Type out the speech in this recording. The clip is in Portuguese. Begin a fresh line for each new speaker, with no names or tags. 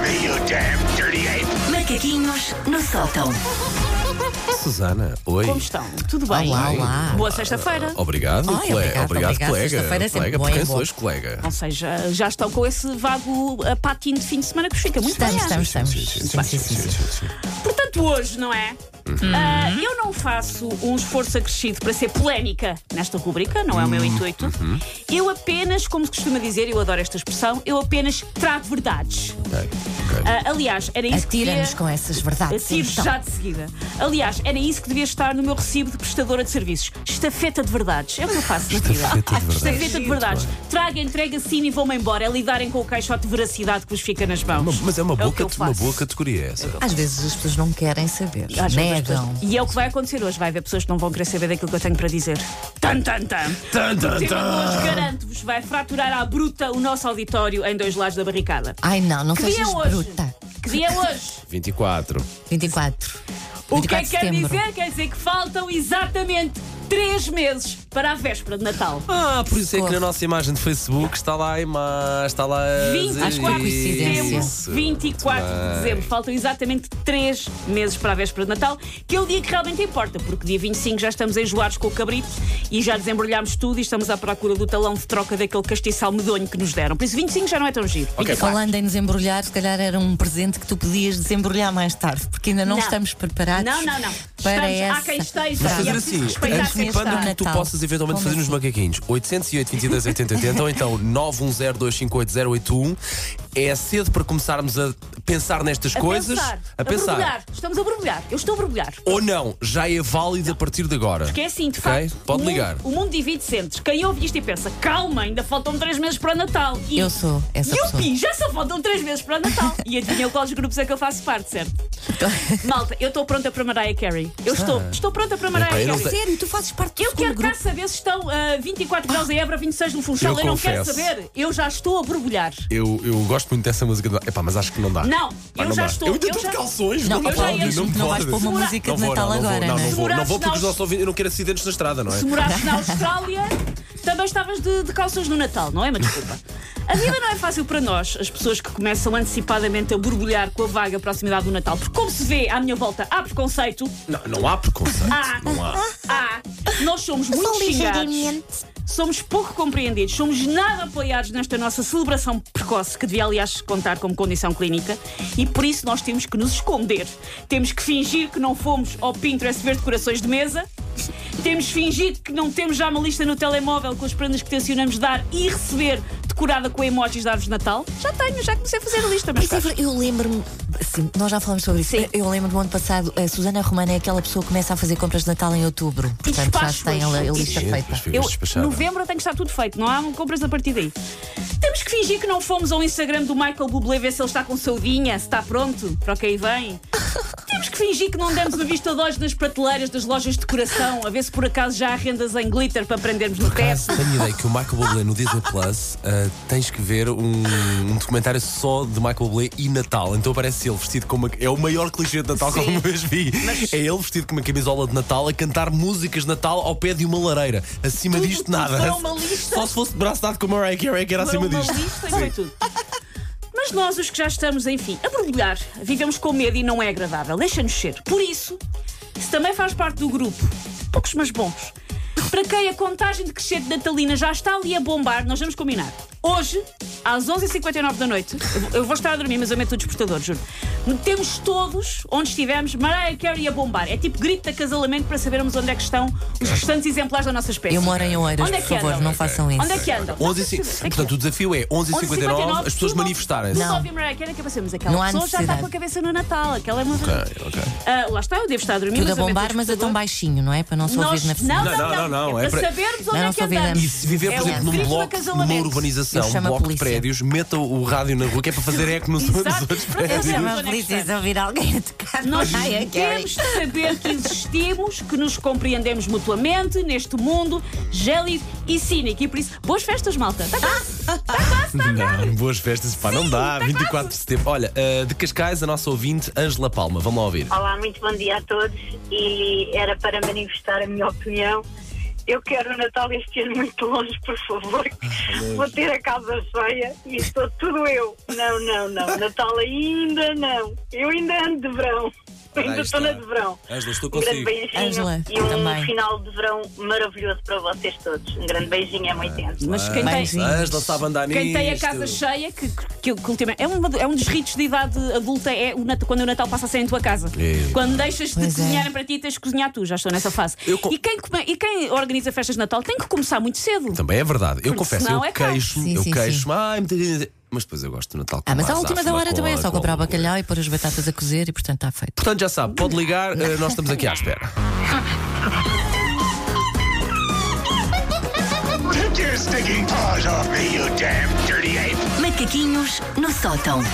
me, you damn dirty ape!
Macaquinhos no sótão.
Susana, oi. Ah,
Como estão? Tudo bem?
Olá, olá.
Boa sexta-feira.
Obrigado,
Ai,
colega.
obrigado,
Obrigado,
obrigado.
colega.
Sexta-feira é sempre
colega,
bom, é
porque
bom.
sois colega.
Ou seja, já estão com esse vago ah, patinho de fim de semana que fica muito
Estamos,
bem.
estamos, estamos.
Sim, sim, sim, sim, sim, sim, sim.
Portanto, hoje, não é?
Uhum.
Ah, eu não faço um esforço acrescido para ser polémica nesta rubrica, não é o meu
Uhum.
intuito. Eu apenas, como se costuma dizer, eu adoro esta expressão, eu apenas trago verdades.
Ok, ok.
Ah, aliás, era isso que
Atira-nos
devia-
com essas verdades.
Atiro
então.
já de seguida. Aliás, era isso que devia estar no meu recibo de prestadora de serviços. Estafeta de verdades. É o que eu faço na vida.
Estafeta de verdades.
Estafeta de verdades.
Muito
Traga, entrega, assina e vou-me embora. É lidarem com o caixote de veracidade que vos fica nas mãos.
Uma- Mas é uma
o
boa,
que eu
uma
faço.
boa categoria essa.
Às vezes as pessoas não querem saber.
Às vezes as pessoas-
negam.
E é o que vai acontecer hoje. Vai haver pessoas que não vão querer saber daquilo que eu tenho para dizer. Tan, tan, tan.
Tan, tan, tan.
O tema de hoje, garanto-vos, vai fraturar à bruta o nosso auditório em dois lados da barricada.
Ai não, não
Que dia
sejas
é hoje?
bruta.
Que dia é hoje?
24.
24.
O que é
24
que quer
de setembro.
dizer? Quer dizer que faltam exatamente 3 meses para a véspera de Natal.
Ah, por isso é que
Socorro.
na nossa imagem de Facebook está lá a imagem, está lá. a
24 de
dizer
coincidência.
dezembro.
isso.
24
Muito
de
bem.
dezembro. Faltam exatamente 3 meses para a véspera de Natal, que é o dia que realmente importa, porque dia 25 já estamos enjoados com o cabrito e já desembrulhámos tudo e estamos à procura do talão de troca daquele castiçal medonho que nos deram. Por isso, 25 já não é tão giro.
Ok, pá.
Falando em desembrulhar, se calhar era um presente que tu podias desembrulhar mais tarde, porque ainda não,
Não.
estamos preparados.
Não, não, não. Estamos- há
Para essa.
quem esteja. E
Mas
é
Fazer
preciso
assim,
respeitar quem
antecipando o
está.
que tu
Natal.
possas eventualmente
Como
fazer nos
assim?
macaquinhos. 808 22 80 80 ou então 910258081. É cedo para começarmos a pensar nestas
A
coisas.
pensar, a borbulhar. Estamos a borbulhar. Eu estou a borbulhar.
Ou não, já é válido a partir de agora.
Porque é assim, de
Ok?
facto.
Pode
o mundo-
ligar.
O mundo divide-se entre quem ouve isto e pensa, calma, ainda faltam três meses para o Natal. E,
Eu sou essa
Yupi, já só faltam três meses para o Natal. e adivinham quais grupos é que eu faço parte, certo?
assim?
Malta, eu estou pronta para Mariah Carey. Eu estou, estou pronta para Mariah
Epá, eu não
Carey.
sei.
Sério, tu fazes parte um
Eu quero cá saber se estão ah, 24 graus em Évora, 26 no Funchal.
Eu
Eu, não quero
confesso.
saber. Eu já estou a borbulhar.
Eu, eu gosto muito dessa música. do- Epá, mas acho que não dá.
Não,
Pá,
eu
não
já
dá.
estou-
Eu ainda
eu
estou de
já-
calções.
Não,
Não, me
eu já
pode,
ia-
não, me
não vais
pode.
pôr uma
Não
música de
vou,
Natal
não, não
agora,
vou, não,
né?
não vou. Não vou
Segurar-se
porque os
nós.
nossos ouvintes. Eu não quero acidentes na estrada, não é?
Se morasses na Austrália, também estavas de, de calças no Natal, não é? Mas desculpa. A vida não é fácil para nós, as pessoas que começam antecipadamente a borbulhar com a vaga proximidade do Natal. Porque, como se vê à minha volta, há preconceito.
Não, não há preconceito.
Ah.
Não há.
Há. Nós somos muito xingados. Somos pouco compreendidos, somos nada apoiados nesta nossa celebração precoce, que devia, aliás, contar como condição clínica, e por isso nós temos que nos esconder. Temos que fingir que não fomos ao Pinterest ver decorações de mesa, temos fingido que não temos já uma lista no telemóvel com as prendas que tencionamos dar e receber decorada com emojis de árvores de Natal. Já tenho, já comecei a fazer a lista, mas.
Mas é ver- eu lembro-me, sim, nós já falamos sobre isso.
Sim.
Eu lembro do ano passado, a Susana Romana é aquela pessoa que começa a fazer compras de Natal em outubro. Portanto, já
despacho,
se tem a, a
pois.
lista
Gente, mas
feita.
fica
Eu,
despachada.
novembro tem que estar tudo feito, não há compras a partir daí. Temos que fingir que não fomos ao Instagram do Michael Bublé ver se ele está com saudinha, se está pronto para o que aí vem. Temos que fingir que não demos uma vista de olhos nas prateleiras das lojas de decoração, a ver se por acaso já há rendas em glitter para prendermos no teto.
Caso tenha ideia que o Michael Bublé no Disney Plus ah, tens que ver um, um documentário só de Michael Bublé e Natal. Então aparece ele vestido com uma. É o maior clichê de Natal que alguma vez vi. É ele vestido com uma camisola de Natal a cantar músicas de Natal ao pé de uma lareira. Acima
Tudo,
disto,
tudo.
nada.
Foi uma lista.
Só se fosse de braço dado com a Mariah Carey, que era
Foram
acima
uma
disto.
lista e foi tudo. Mas nós, os que já estamos, enfim, a borbulhar, vivemos com medo e não é agradável. Deixa-nos ser. Por isso, se também faz parte do grupo, poucos mas bons, para quem a contagem de crescente natalina já está ali a bombar, nós vamos combinar. Hoje, às 11h59 da noite, eu vou- eu vou estar a dormir, mas eu meto o despertador, juro. Metemos todos, onde estivermos, Mariah Carey a bombar. É tipo grito de acasalamento para sabermos onde é que estão os restantes exemplares da nossa espécie.
Eu moro em Oeiras,
Onde é
por
que
favor,
andam?
não façam isso.
Onde é que andam?
11 e cin- Portanto, o desafio é 11h59 as pessoas manifestarem-se.
Não.
Não.
Óbvio, Mariah Carey, que passamos aquela
Não há
pessoa já está
necessidade.
com a cabeça no Natal. Aquela é uma.
Ok, ok.
Ah, lá está, eu devo estar a dormir.
Tudo a
mas eu meto
bombar,
o
mas a tão
despertador.
baixinho, não é? Para não se
Nós-
ouvir na
não,
vizinhança.
não,
não,
não,
não,
É
é
para
para-
sabermos
Não,
onde é
não
que
sou
andamos.
vidente.
E se viver,
É
por
o
exemplo, num
grito do
bloco, numa
acasalamento.
urbanização,
Eu
um
chamo a
bloco de
polícia.
prédios, meta o rádio na rua, que é para fazer eco no som dos
Exato.
outros
Para
prédios.
fazer
É uma
Onde é que
delícia
está?
ouvir alguém a tocar.
Nós
Mariah Carey.
temos de saber que existimos, que nos compreendemos mutuamente neste mundo gélido e cínico. E por isso, boas festas, malta. Tá
Não, boas festas, pá, não dá. 24 de setembro. Olha, ah, de Cascais, a nossa ouvinte, Ângela Palma, vamos lá ouvir.
Olá, muito bom dia a todos e era para manifestar a minha opinião Eu quero o Natal este ano muito longe, por favor.
Ah,
Vou ter a casa cheia e estou tudo eu. Não, não, não. Natal ainda não. Eu ainda ando de verão. Ainda estou na
está.
de verão.
Ângela, estou
um grande
consigo.
beijinho
Ângela,
e um
também.
final de verão maravilhoso para vocês todos. Um grande beijinho, é muito intenso.
Mas quem
Bem,
tem,
sim.
Ângela sabe andar nisto.
Quem tem a casa cheia, que, que, que ultimamente. É, uma, é um dos ritos de idade adulta, é o Natal- quando o Natal passa a ser em tua casa.
É.
Quando deixas de
Pois é.
cozinharem para ti e tens de cozinhar tu, já estou nessa fase.
Eu co-
E, quem, come- e quem organiza festas de Natal tem que começar muito cedo.
Também é verdade. Eu confesso,
senão
eu
é caro.
queixo-me,
Sim,
eu
sim,
queixo-me. Ai, muita gente- Mas depois eu gosto do Natal com
Ah, mas à
mais
última da
afma,
hora
com
também é
a-
só
com
comprar
a-
bacalhau e pôr as batatas a cozer e portanto está feito.
Portanto, já sabe, pode ligar, eh, nós estamos aqui à espera.
Take your stinking paws off me, you damn dirty ape!
Macaquinhos no sótão.